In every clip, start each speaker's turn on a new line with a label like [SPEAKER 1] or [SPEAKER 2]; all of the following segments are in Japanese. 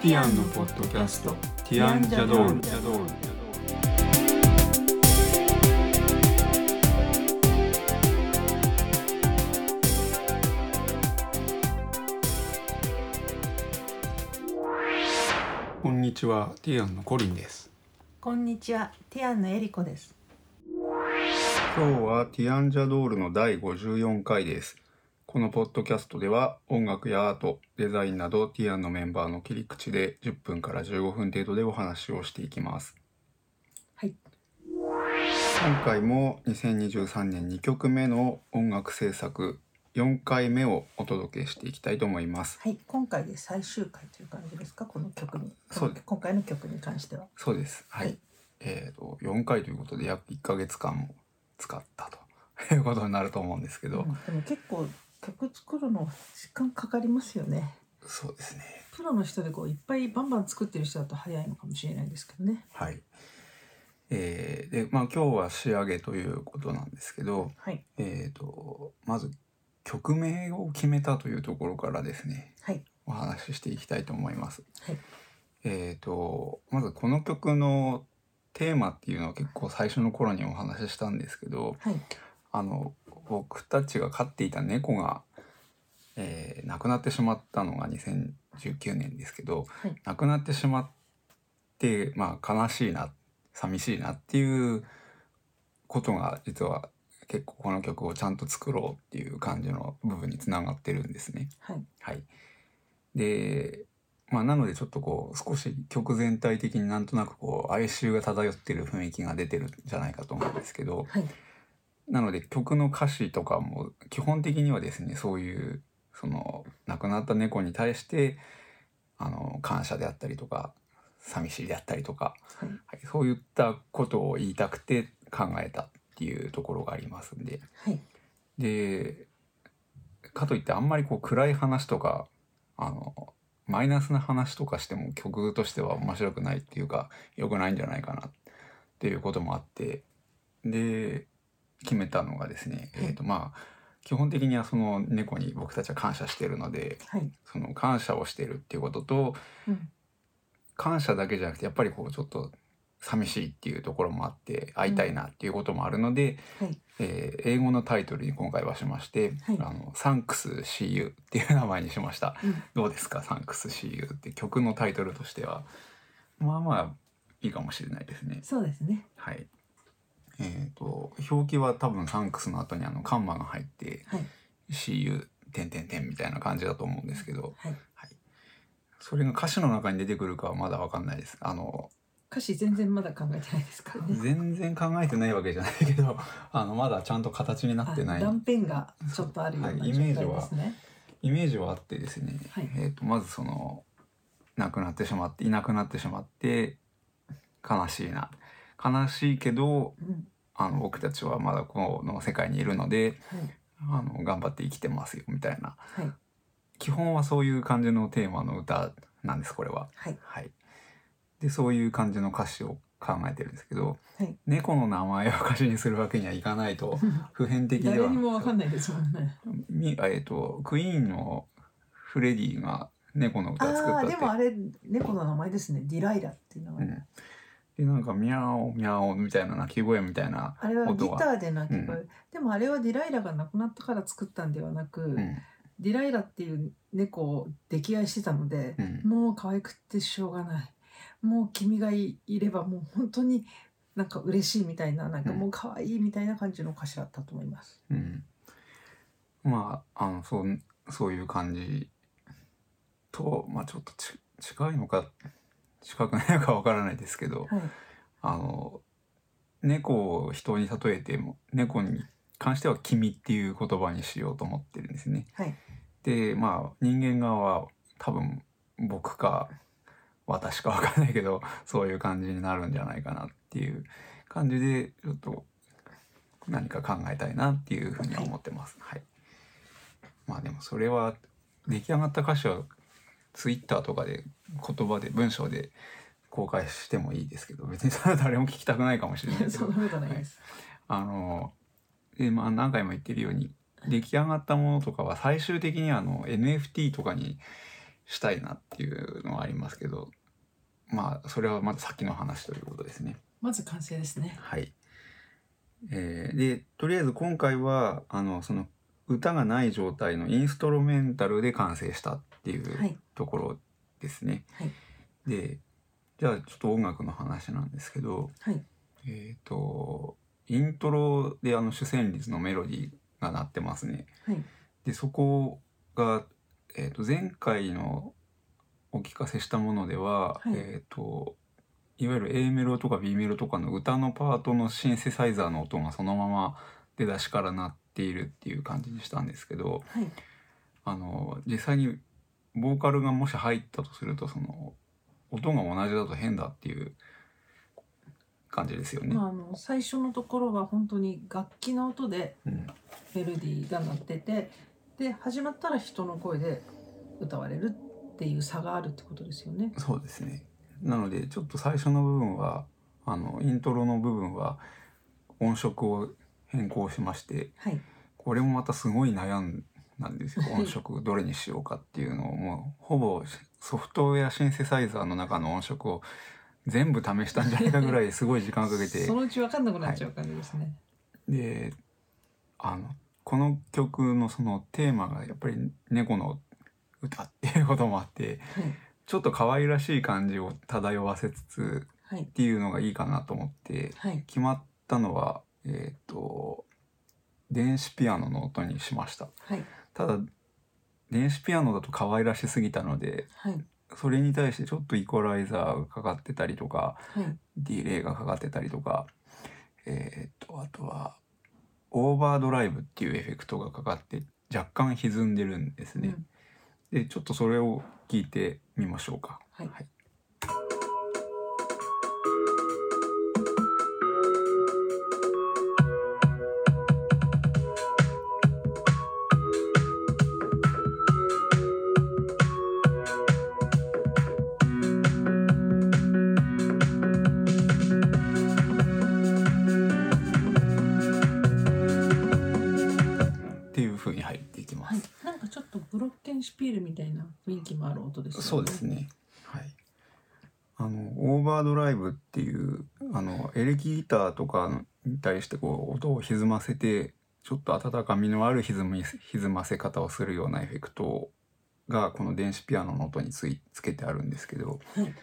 [SPEAKER 1] ッドキャスト「ティアンジャドール」こんにちはティアンのコリンです
[SPEAKER 2] こんにちは、ティアンのエリコです。
[SPEAKER 1] 今日はティアンジャドールの第54回です。このポッドキャストでは音楽やアート、デザインなどティアンのメンバーの切り口で10分から15分程度でお話をしていきます。
[SPEAKER 2] はい。
[SPEAKER 1] 今回も2023年2曲目の音楽制作4回目をお届けしていきたいと思います。
[SPEAKER 2] はい、今回で最終回という感じですか、この曲に。
[SPEAKER 1] そうです
[SPEAKER 2] 今回の曲に関しては。
[SPEAKER 1] そうです。は
[SPEAKER 2] はいい。
[SPEAKER 1] えっ、と、4回ということで約1ヶ月間も使ったということになると思うんですけど、
[SPEAKER 2] うんでも結構曲作るの時間かかりますよね。
[SPEAKER 1] そうですね。
[SPEAKER 2] プロの人でこういっぱいバンバン作ってる人だと早いのかもしれないですけどね。
[SPEAKER 1] はい。えーで、まあ今日は仕上げということなんですけど、
[SPEAKER 2] はい、
[SPEAKER 1] えーと、まず曲名を決めたというところからですね、
[SPEAKER 2] はい、
[SPEAKER 1] お話ししていきたいと思います。
[SPEAKER 2] はい、
[SPEAKER 1] えーと、まずこの曲のテーマっていうのは結構最初の頃にお話ししたんですけど、
[SPEAKER 2] はい、
[SPEAKER 1] あの、僕たちが飼っていた猫が、えー亡くなってしまったのが2019年ですけど、
[SPEAKER 2] はい、
[SPEAKER 1] 亡くなってしまって、まあ、悲しいな寂しいなっていうことが実は結構この曲をちゃんと作ろうっていう感じの部分につながってるんですね。
[SPEAKER 2] はい、
[SPEAKER 1] はい、で、まあ、なのでちょっとこう少し曲全体的になんとなくこう哀愁が漂ってる雰囲気が出てるんじゃないかと思うんですけど
[SPEAKER 2] はい、
[SPEAKER 1] なので曲の歌詞とかも基本的にはですねそういうその亡くなった猫に対してあの感謝であったりとか寂しいであったりとか、
[SPEAKER 2] はい、
[SPEAKER 1] はい、そういったことを言いたくて考えたっていうところがありますんで
[SPEAKER 2] はい、
[SPEAKER 1] でかといってあんまりこう暗い話とかあのマイナスな話とかしても曲としては面白くないっていうか良くないんじゃないかなっていうこともあってで決めたのがですね、
[SPEAKER 2] は
[SPEAKER 1] え
[SPEAKER 2] い
[SPEAKER 1] ーとまあ基本的にはその猫に僕たちは感謝してるので
[SPEAKER 2] はい、
[SPEAKER 1] その感謝をしてるっていうことと
[SPEAKER 2] うん、
[SPEAKER 1] 感謝だけじゃなくてやっぱりこうちょっと寂しいっていうところもあって会いたいなっていうこともあるので、
[SPEAKER 2] はい、
[SPEAKER 1] えー英語のタイトルに今回はしまして「
[SPEAKER 2] はい
[SPEAKER 1] あのサンクス・シーユー」っていう名前にしました
[SPEAKER 2] うん、
[SPEAKER 1] どうですか「サンクス・シーユー」って曲のタイトルとしてはまあまあいいかもしれないですね
[SPEAKER 2] そうですね。
[SPEAKER 1] はいえー、と表記は多分サンクスの後にあのカンマが入って
[SPEAKER 2] はい、
[SPEAKER 1] 「シーユー」点点点みたいな感じだと思うんですけど
[SPEAKER 2] はい、
[SPEAKER 1] それが歌詞の中に出てくるかはまだわかんないですあの
[SPEAKER 2] 歌詞全然まだ考えてないですからね。
[SPEAKER 1] 全然考えてないわけじゃないけどあのまだちゃんと形になってない
[SPEAKER 2] あ断片がちょっとあるような
[SPEAKER 1] はいイメージは
[SPEAKER 2] 状態ですね。
[SPEAKER 1] イメージはあってですね、
[SPEAKER 2] はい
[SPEAKER 1] えー、とまずその亡くなってしまっていなくなってしまって悲しいな悲しいけど
[SPEAKER 2] うん、
[SPEAKER 1] あの僕たちはまだこの世界にいるので
[SPEAKER 2] はい、
[SPEAKER 1] あの頑張って生きてますよみたいな
[SPEAKER 2] はい、
[SPEAKER 1] 基本はそういう感じのテーマの歌なんですこれは。
[SPEAKER 2] はい、
[SPEAKER 1] はい、でそういう感じの歌詞を考えてるんですけど、
[SPEAKER 2] はい
[SPEAKER 1] 猫の名前を歌詞にするわけにはいかないと普遍的では
[SPEAKER 2] 誰にもわかんないですもんね。
[SPEAKER 1] みえっ、とクイーンのフレディが猫の歌作った
[SPEAKER 2] あ
[SPEAKER 1] っ
[SPEAKER 2] あ、
[SPEAKER 1] て
[SPEAKER 2] でもあれ、猫の名前ですね。ディライラっていう名
[SPEAKER 1] う
[SPEAKER 2] 前。
[SPEAKER 1] ん、でなんかミャオミャオみたいな鳴き声みたいな、
[SPEAKER 2] あれはギターで鳴き
[SPEAKER 1] 音は
[SPEAKER 2] 声、でもあれはディライラが亡くなったから作ったんではなく、
[SPEAKER 1] うん
[SPEAKER 2] ディライラっていう猫を溺愛してたので
[SPEAKER 1] う、ん、
[SPEAKER 2] もう可愛くってしょうがない。もう君がいいればもう本当になんか嬉しいみたいな、なんかもう可愛いみたいな感じの歌詞だったと思います。
[SPEAKER 1] うん、まああのそうそういう感じと、まあ、ちょっとち近いのか近くないのかわからないですけど
[SPEAKER 2] はい、
[SPEAKER 1] あの猫を人に例えても猫に関しては「君」っていう言葉にしようと思ってるんですね。
[SPEAKER 2] はい、
[SPEAKER 1] でまあ人間側は多分僕か私か分かんないけどそういう感じになるんじゃないかなっていう感じでちょっと何か考えたいなっていうふうに思ってます。はい、まあでもそれは出来上がった歌詞はツイッターとかで言葉で文章で公開してもいいですけど別にそれは誰も聞きたくないかもしれないけど
[SPEAKER 2] そんなことないです。
[SPEAKER 1] あのでまあ何回も言ってるように出来上がったものとかは最終的にあの NFT とかにしたいなっていうのはありますけどまあそれはまた先の話ということですね。
[SPEAKER 2] まず完成ですね。
[SPEAKER 1] はい。えーでとりあえず今回はあのその歌がない状態のインストロメンタルで完成したっていう
[SPEAKER 2] はい。
[SPEAKER 1] ところですね。
[SPEAKER 2] はい
[SPEAKER 1] でじゃあちょっと音楽の話なんですけど、
[SPEAKER 2] はい。
[SPEAKER 1] えー、とイントロであの主旋律のメロディーが鳴ってますね。
[SPEAKER 2] はい。
[SPEAKER 1] でそこが、えー、と前回のお聞かせしたものでは、
[SPEAKER 2] はい
[SPEAKER 1] えー、といわゆる A メロとか B メロとかの歌のパートのシンセサイザーの音がそのまま出だしから鳴っているっていう感じにしたんですけど、
[SPEAKER 2] はい。
[SPEAKER 1] あの実際にボーカルがもし入ったとするとその音が同じだと変だっていう感じですよね。
[SPEAKER 2] まあ、あの、最初のところは本当に楽器の音で
[SPEAKER 1] うん
[SPEAKER 2] メロディーが鳴ってて。で、始まったら人の声で歌われるっていう差があるってことですよね。
[SPEAKER 1] そうですねなのでちょっと最初の部分はあのイントロの部分は音色を変更しまして
[SPEAKER 2] はい。
[SPEAKER 1] これもまたすごい悩んだん ですよ
[SPEAKER 2] はい
[SPEAKER 1] 音色どれにしようかっていうのをもうほぼソフトウェアシンセサイザーの中の音色を全部試したんじゃないかぐらいすごい時間をかけて
[SPEAKER 2] そのうち分かんなくなっちゃう感じですね。
[SPEAKER 1] であのこの曲のそのテーマがやっぱり猫の歌っていうこともあって
[SPEAKER 2] はい。
[SPEAKER 1] ちょっと可愛らしい感じを漂わせつつ
[SPEAKER 2] はい
[SPEAKER 1] っ。ていうのがいいかなと思って
[SPEAKER 2] はい。
[SPEAKER 1] 決まったのはえっ、と電子ピアノの音にしました
[SPEAKER 2] はい。
[SPEAKER 1] ただ電子ピアノだと可愛らしすぎたので
[SPEAKER 2] はい。
[SPEAKER 1] それに対してちょっとイコライザーがかかってたりとか
[SPEAKER 2] はい。
[SPEAKER 1] ディレイがかかってたりとか、えーっと、あとは、オーバードライブっていうエフェクトがかかって、若干歪んでるんですね。で、ちょっとそれを聞いてみましょうか。
[SPEAKER 2] はい
[SPEAKER 1] っていう風に入っていきま
[SPEAKER 2] はい
[SPEAKER 1] す。。
[SPEAKER 2] なんかちょっとブロッケンシュピールみたいな雰囲気もある音ですよね。
[SPEAKER 1] そうです。ね。はい。あの、オーバードライブっていう、あの、エレキギターとかに対してこう、音を歪ませて、ちょっと温かみのある歪み、歪ませ方をするようなエフェクトが、この電子ピアノの音についつけてあるんですけど、
[SPEAKER 2] はい。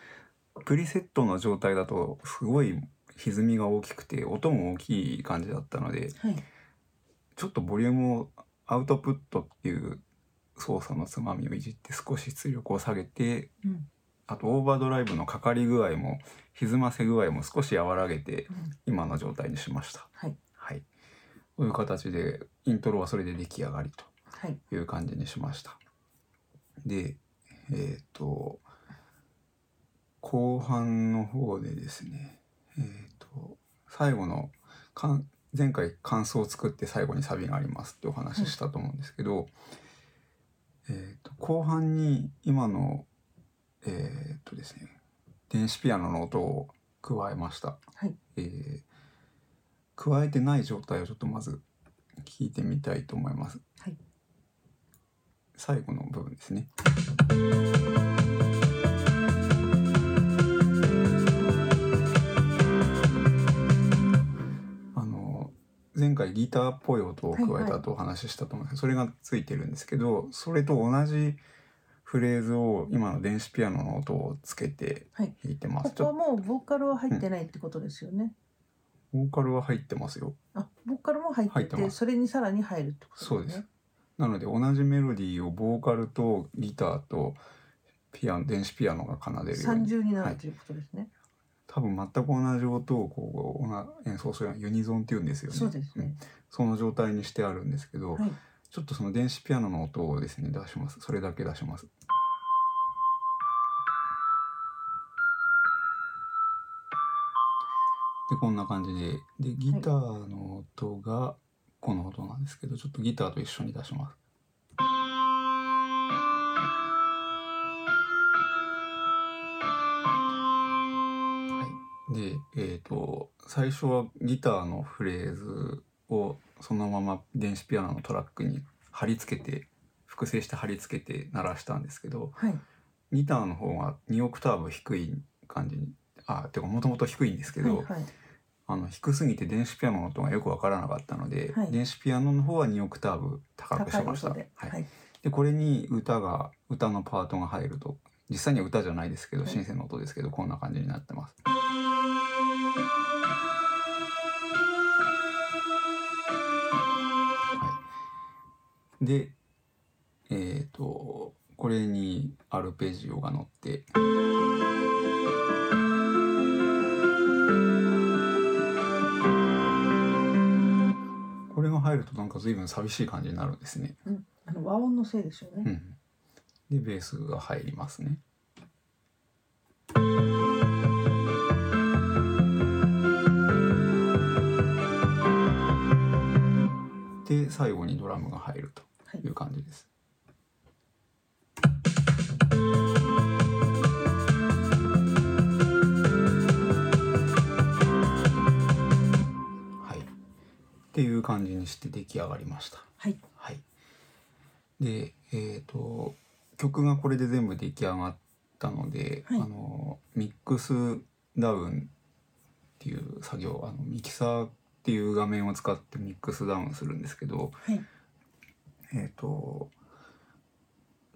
[SPEAKER 1] プリセットの状態だとすごい歪みが大きくて音も大きい感じだったので
[SPEAKER 2] はい。
[SPEAKER 1] ちょっとボリュームをアウトプットっていう操作のつまみをいじって少し出力を下げて
[SPEAKER 2] うん。
[SPEAKER 1] あとオーバードライブのかかり具合も歪ませ具合も少し和らげて
[SPEAKER 2] うん
[SPEAKER 1] 今の状態にしました。
[SPEAKER 2] はい。
[SPEAKER 1] はい、という形でイントロはそれで出来上がりと。
[SPEAKER 2] はい。
[SPEAKER 1] いう感じにしました。で、えっ、と、後半の方でですね、えっ、と、最後の、かん前回感想を作って最後にサビがありますってお話ししたと思うんですけど、えっ、と、後半に今の、えっ、とですね、電子ピアノの音を加えました。
[SPEAKER 2] はい
[SPEAKER 1] えー加えてない状態をちょっとまず聞いてみたいと思います。
[SPEAKER 2] はい
[SPEAKER 1] 最後の部分ですね。あの前回ギターっぽい音を加えたとお話ししたと思うんですけど、それがついてるんですけどそれと同じフレーズを今の電子ピアノの音をつけて
[SPEAKER 2] はい。
[SPEAKER 1] 弾いてま
[SPEAKER 2] こ
[SPEAKER 1] す。ち
[SPEAKER 2] こは
[SPEAKER 1] ょっと
[SPEAKER 2] もうボーカルは入ってないってことですよね。
[SPEAKER 1] ボーカルは入ってますよ。
[SPEAKER 2] あ、ボーカルも入って
[SPEAKER 1] 入って
[SPEAKER 2] て、
[SPEAKER 1] ます
[SPEAKER 2] それにさらに入るってことね。
[SPEAKER 1] そうです。なので同じメロディーをボーカルとギターとピアノ電子ピアノが奏でるよう
[SPEAKER 2] 三
[SPEAKER 1] に
[SPEAKER 2] 重になるということですね。
[SPEAKER 1] 多分全く同じ音をこうおな演奏するようなユニゾンって言うんですよね。
[SPEAKER 2] そうです
[SPEAKER 1] ん
[SPEAKER 2] ね。
[SPEAKER 1] その状態にしてあるんですけど、
[SPEAKER 2] はい。
[SPEAKER 1] ちょっとその電子ピアノの音をですね出します。それだけ出します。でこんな感じででギターの音がこの音なんですけど、ちょっとギターと一緒に出します。はい。でえっ、と最初はギターのフレーズをそのまま電子ピアノのトラックに貼り付けて複製して貼り付けて鳴らしたんですけど
[SPEAKER 2] はい。
[SPEAKER 1] ギターの方が2オクターブ低い感じにあてかもともと低いんですけど、
[SPEAKER 2] はいはい
[SPEAKER 1] あの低すぎて電子ピアノの音がよくわからなかったので、
[SPEAKER 2] はい
[SPEAKER 1] 電子ピアノの方は2オクターブ高くし
[SPEAKER 2] 高い
[SPEAKER 1] てました。
[SPEAKER 2] 音で、
[SPEAKER 1] はい
[SPEAKER 2] はい
[SPEAKER 1] でこれに歌が歌のパートが入ると実際には歌じゃないですけど、
[SPEAKER 2] はい
[SPEAKER 1] シンセの音ですけどこんな感じになってます。はい、でえっ、とこれにアルペジオが乗って。これが入るとなんか随分寂しい感じになるんですね。
[SPEAKER 2] うん、あの和音のせいですよ
[SPEAKER 1] う
[SPEAKER 2] ね、
[SPEAKER 1] ん、でベースが入りますね。で最後にドラムが入ると
[SPEAKER 2] はい
[SPEAKER 1] いう感じです。はい、っていう感じにして出来上がりました。
[SPEAKER 2] はい
[SPEAKER 1] はい、で、えー、と曲がこれで全部出来上がったので、
[SPEAKER 2] はい
[SPEAKER 1] あのミックスダウンっていう作業あのミキサーっていう画面を使ってミックスダウンするんですけど、
[SPEAKER 2] はい
[SPEAKER 1] えー、と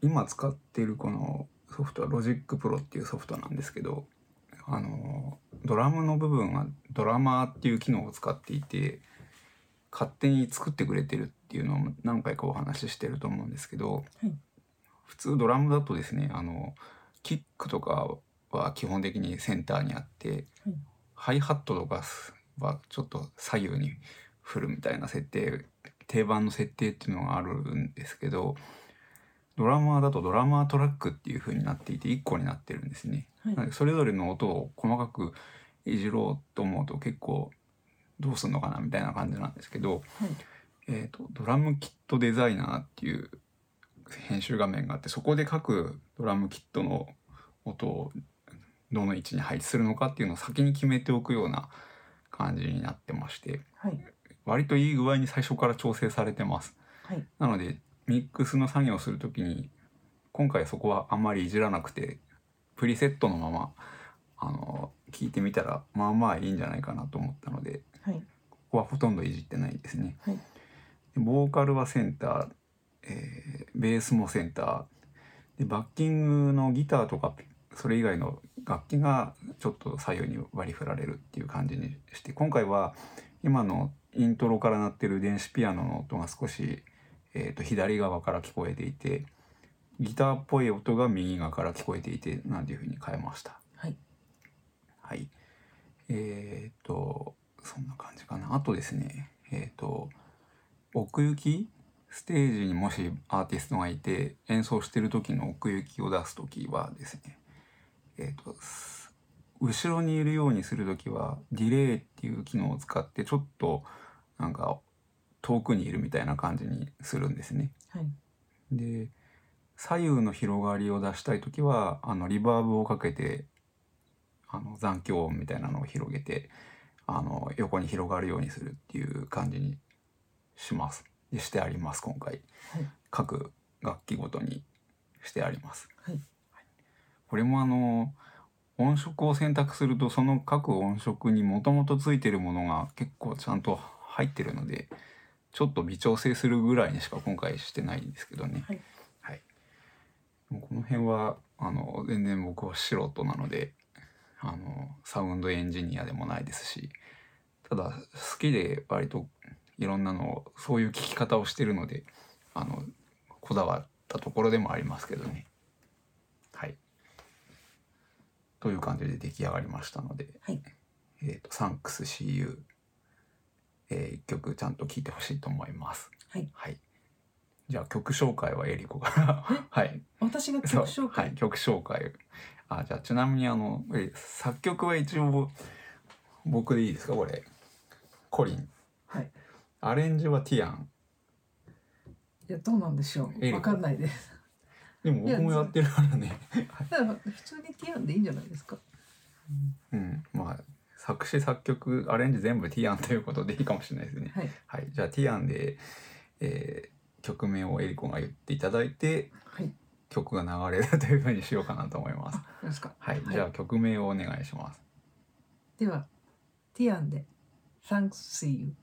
[SPEAKER 1] 今使っているこのソフトは LogicPro っていうソフトなんですけどあのドラムの部分はドラマーっていう機能を使っていて勝手に作ってくれてるっていうのを何回かお話ししてると思うんですけど、
[SPEAKER 2] はい
[SPEAKER 1] 普通ドラムだとですねあのキックとかは基本的にセンターにあって、
[SPEAKER 2] はい
[SPEAKER 1] ハイハットとかはちょっと左右に振るみたいな設定定番の設定っていうのがあるんですけどドラマーだとドラマートラックっていう風になっていて1個になってるんですね。
[SPEAKER 2] はい
[SPEAKER 1] なのでそれぞれの音を細かくいじろうと思うと結構どうすんのかなみたいな感じなんですけど、
[SPEAKER 2] はい
[SPEAKER 1] えー、とドラムキットデザイナーっていう編集画面があってそこで各ドラムキットの音をどの位置に配置するのかっていうのを先に決めておくような感じになってまして
[SPEAKER 2] はい
[SPEAKER 1] 割といい具合に最初から調整されてます。
[SPEAKER 2] はい
[SPEAKER 1] なのでミックスの作業をするときに今回そこはあんまりいじらなくてプリセットのままあの聞いてみたらまあまあいいんじゃないかなと思ったので
[SPEAKER 2] はい
[SPEAKER 1] ここはほとんどいじってないですね。
[SPEAKER 2] はい
[SPEAKER 1] でボーカルはセンター、えーベースもセンターでバッキングのギターとかピそれ以外の楽器がちょっと左右に割り振られるっていう感じにして今回は今のイントロから鳴ってる電子ピアノの音が少し、えー、と左側から聞こえていてギターっぽい音が右側から聞こえていてなんていうふうに変えました。
[SPEAKER 2] はい
[SPEAKER 1] はい。えっ、と、そんな感じかな。あとですね、えっ、と、奥行きステージにもしアーティストがいて演奏してる時の奥行きを出す時はですね、えっ、と、す後ろにいるようにする時はディレイっていう機能を使ってちょっとなんか遠くにいるみたいな感じにするんですね。
[SPEAKER 2] はい
[SPEAKER 1] で左右の広がりを出したい時はあのリバーブをかけてあの残響音みたいなのを広げてあの横に広がるようにするっていう感じにしますでしてあります今回、
[SPEAKER 2] はい
[SPEAKER 1] 各楽器ごとにしてあります、
[SPEAKER 2] はい
[SPEAKER 1] これもあの音色を選択するとその各音色にもともとついてるものが結構ちゃんと入ってるのでちょっと微調整するぐらいにしか今回してないんですけどね
[SPEAKER 2] はい、
[SPEAKER 1] はいもうこの辺はあの全然僕は素人なのであのサウンドエンジニアでもないですしただ好きで割といろんなのをそういう聞き方をしてるのであのこだわったところでもありますけどねはいという感じで出来上がりましたので
[SPEAKER 2] はい
[SPEAKER 1] 「えー、とサンクス CU」えー、一曲ちゃんと聴いてほしいと思います
[SPEAKER 2] はい、
[SPEAKER 1] じゃあ曲紹介はエリコから はい
[SPEAKER 2] 私が
[SPEAKER 1] そう
[SPEAKER 2] 曲紹介、
[SPEAKER 1] はい、曲紹介あじゃあちなみにあのえ作曲は一応僕でいいですかこれコリン
[SPEAKER 2] はい
[SPEAKER 1] アレンジはティアン
[SPEAKER 2] いやどうなんでしょ
[SPEAKER 1] エリ
[SPEAKER 2] う
[SPEAKER 1] コ
[SPEAKER 2] わかんないです
[SPEAKER 1] でも
[SPEAKER 2] い
[SPEAKER 1] 僕
[SPEAKER 2] や
[SPEAKER 1] もやってるからね
[SPEAKER 2] だから普通にティアンでいいんじゃないですか
[SPEAKER 1] うんまあ作詞作曲アレンジ全部ティアンということでいいかもしれないですね
[SPEAKER 2] はい
[SPEAKER 1] はいじゃあティアンで、えー曲名をエリコが言っていただいて
[SPEAKER 2] はい
[SPEAKER 1] 曲が流れるというふうにしようかなと思います。
[SPEAKER 2] あそうですか
[SPEAKER 1] はい、
[SPEAKER 2] はい
[SPEAKER 1] じゃあ曲名をお願いします。
[SPEAKER 2] ではティアンで Thanks see you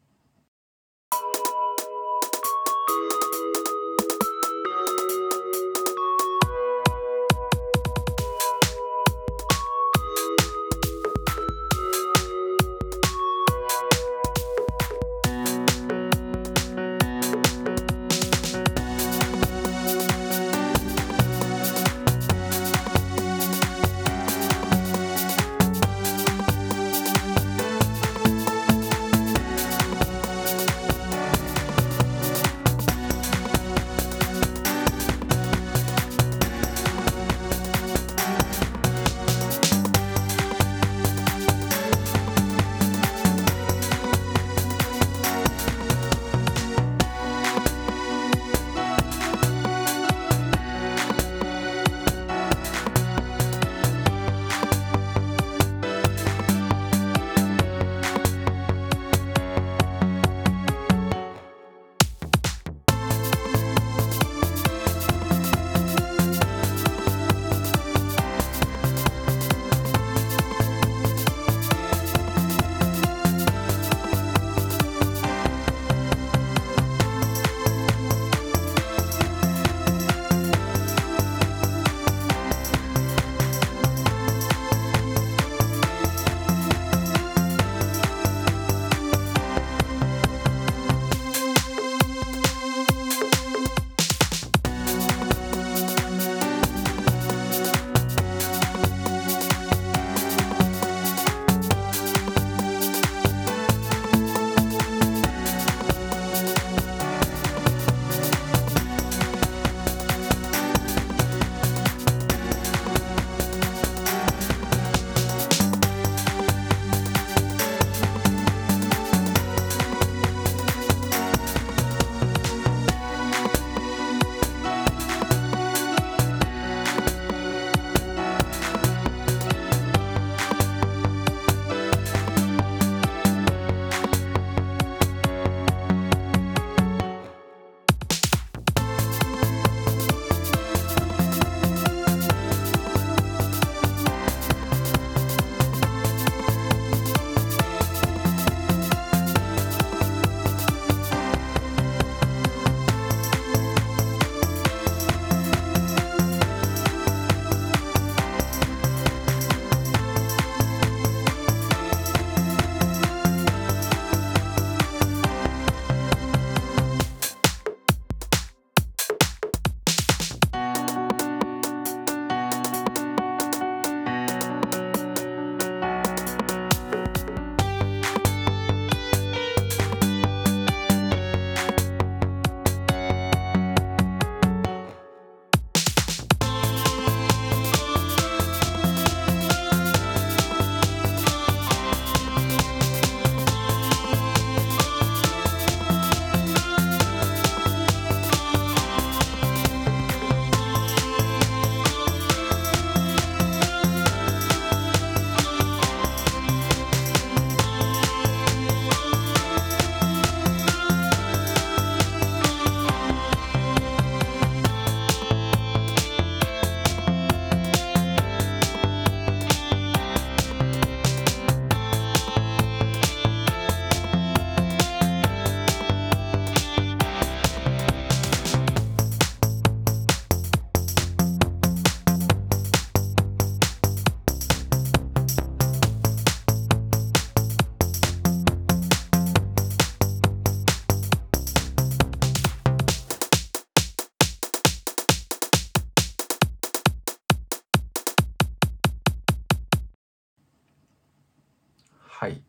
[SPEAKER 1] はい。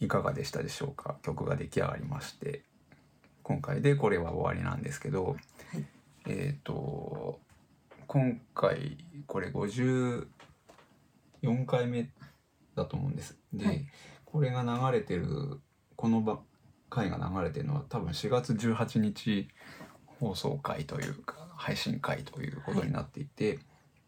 [SPEAKER 1] いかがでしたでしょうか。曲が出来上がりまして、今回でこれは終わりなんですけど、
[SPEAKER 2] はい
[SPEAKER 1] えっ、と今回これ54回目だと思うんです。で、
[SPEAKER 2] はい
[SPEAKER 1] これが流れてるこのば回が流れてるのは多分4月18日放送回というか配信回ということになっていて、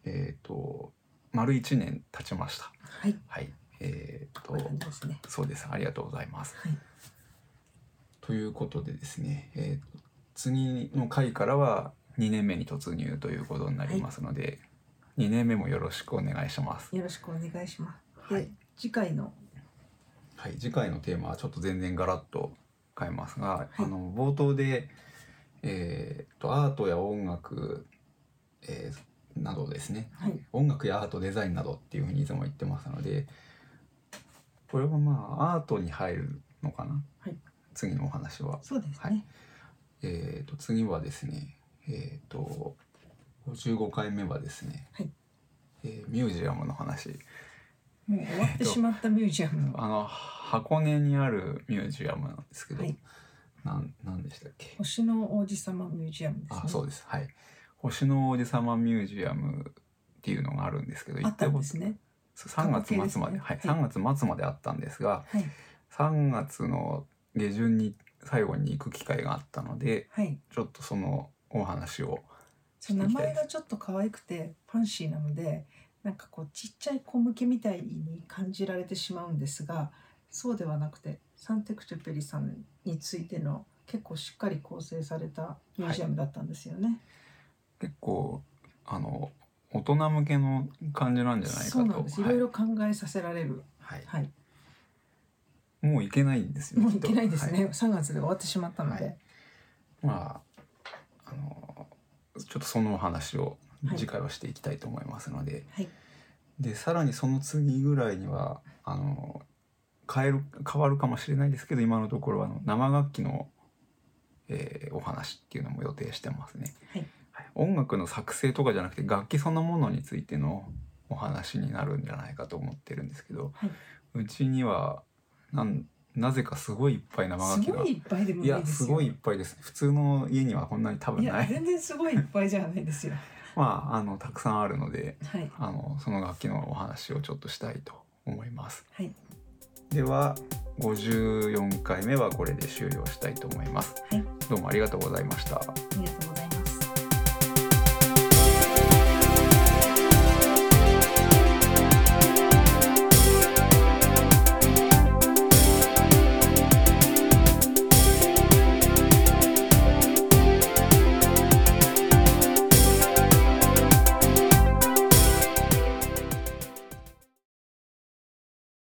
[SPEAKER 1] えっ、と丸1年経ちました。
[SPEAKER 2] はい
[SPEAKER 1] はい。えっ、
[SPEAKER 2] こういう
[SPEAKER 1] と
[SPEAKER 2] 感じですね
[SPEAKER 1] そうです。ありがとうございます。
[SPEAKER 2] はい
[SPEAKER 1] ということでですね、えーと次の回からは2年目に突入ということになりますので、二2年目もよろしくお願いします。
[SPEAKER 2] よろしくお願いします。
[SPEAKER 1] は
[SPEAKER 2] はいい、次回の
[SPEAKER 1] はい、次回のテーマはちょっと全然ガラッと変えますが、
[SPEAKER 2] はい
[SPEAKER 1] あの冒頭で、えーっとアートや音楽、えーなどですね
[SPEAKER 2] はい
[SPEAKER 1] 音楽やアートデザインなどっていうふうにいつも言ってますのでこれはまあアートに入るのかな、
[SPEAKER 2] はい
[SPEAKER 1] 次のお話は。
[SPEAKER 2] そうですね。
[SPEAKER 1] はいえー、と次はですねえっ、と55回目はですね、
[SPEAKER 2] はい
[SPEAKER 1] えーミュージアムの話
[SPEAKER 2] もう終わってしまったミュージアムの
[SPEAKER 1] あの箱根にあるミュージアムなんです けど、
[SPEAKER 2] はい
[SPEAKER 1] なんなんでしたっけ
[SPEAKER 2] 星の王子様ミュージアムですね。
[SPEAKER 1] あそうですはい星の王子様ミュージアムっていうのがあるんですけど
[SPEAKER 2] あったんですすね。
[SPEAKER 1] 3月末まで
[SPEAKER 2] 過去形で
[SPEAKER 1] はい、
[SPEAKER 2] すねは
[SPEAKER 1] 3月末まであったんですが
[SPEAKER 2] はい
[SPEAKER 1] 3月の下旬に最後に行く機会があったので
[SPEAKER 2] はい。
[SPEAKER 1] ちょっとそのお話を
[SPEAKER 2] その名前がちょっと可愛くてファンシーなので、なんかこうちっちゃい子向けみたいに感じられてしまうんですが、そうではなくてサンテクチュペリさんについての結構しっかり構成されたミュージアムだったんですよね。
[SPEAKER 1] 結構あの大人向けの感じなんじゃないかと
[SPEAKER 2] そうなんです。い
[SPEAKER 1] は
[SPEAKER 2] ろいろ考えさせられる。
[SPEAKER 1] はい
[SPEAKER 2] はい。
[SPEAKER 1] もう行けないんですよ
[SPEAKER 2] もう
[SPEAKER 1] き
[SPEAKER 2] い
[SPEAKER 1] っと
[SPEAKER 2] けないです
[SPEAKER 1] は
[SPEAKER 2] ね。三、月で終わってしまったので、
[SPEAKER 1] はいまああのちょっとそのお話を
[SPEAKER 2] はい
[SPEAKER 1] 次回はしていきたいと思いますので、
[SPEAKER 2] はい、
[SPEAKER 1] でさらにその次ぐらいにはあの変える変わるかもしれないですけど今のところはあの生楽器の、えーお話っていうのも予定してますね、
[SPEAKER 2] はい
[SPEAKER 1] はい音楽の作成とかじゃなくて楽器そのものについてのお話になるんじゃないかと思ってるんですけど、
[SPEAKER 2] はいう
[SPEAKER 1] ちにはなんなぜかすごいいっぱい生楽器
[SPEAKER 2] す
[SPEAKER 1] が
[SPEAKER 2] ごいいっぱいでも
[SPEAKER 1] い
[SPEAKER 2] ない
[SPEAKER 1] や
[SPEAKER 2] です
[SPEAKER 1] す
[SPEAKER 2] よ。
[SPEAKER 1] ごいいっぱいです普通の家にはこんなに多分
[SPEAKER 2] い
[SPEAKER 1] な
[SPEAKER 2] や
[SPEAKER 1] い
[SPEAKER 2] 全然すごいいっぱいじゃないですよ。
[SPEAKER 1] まああのたくさんあるので
[SPEAKER 2] はい
[SPEAKER 1] あのその楽器のお話をちょっとしたいと思います
[SPEAKER 2] はい
[SPEAKER 1] では54回目はこれで終了したいと思います、
[SPEAKER 2] はい
[SPEAKER 1] どうもありがとうございました
[SPEAKER 2] ありがとうございます。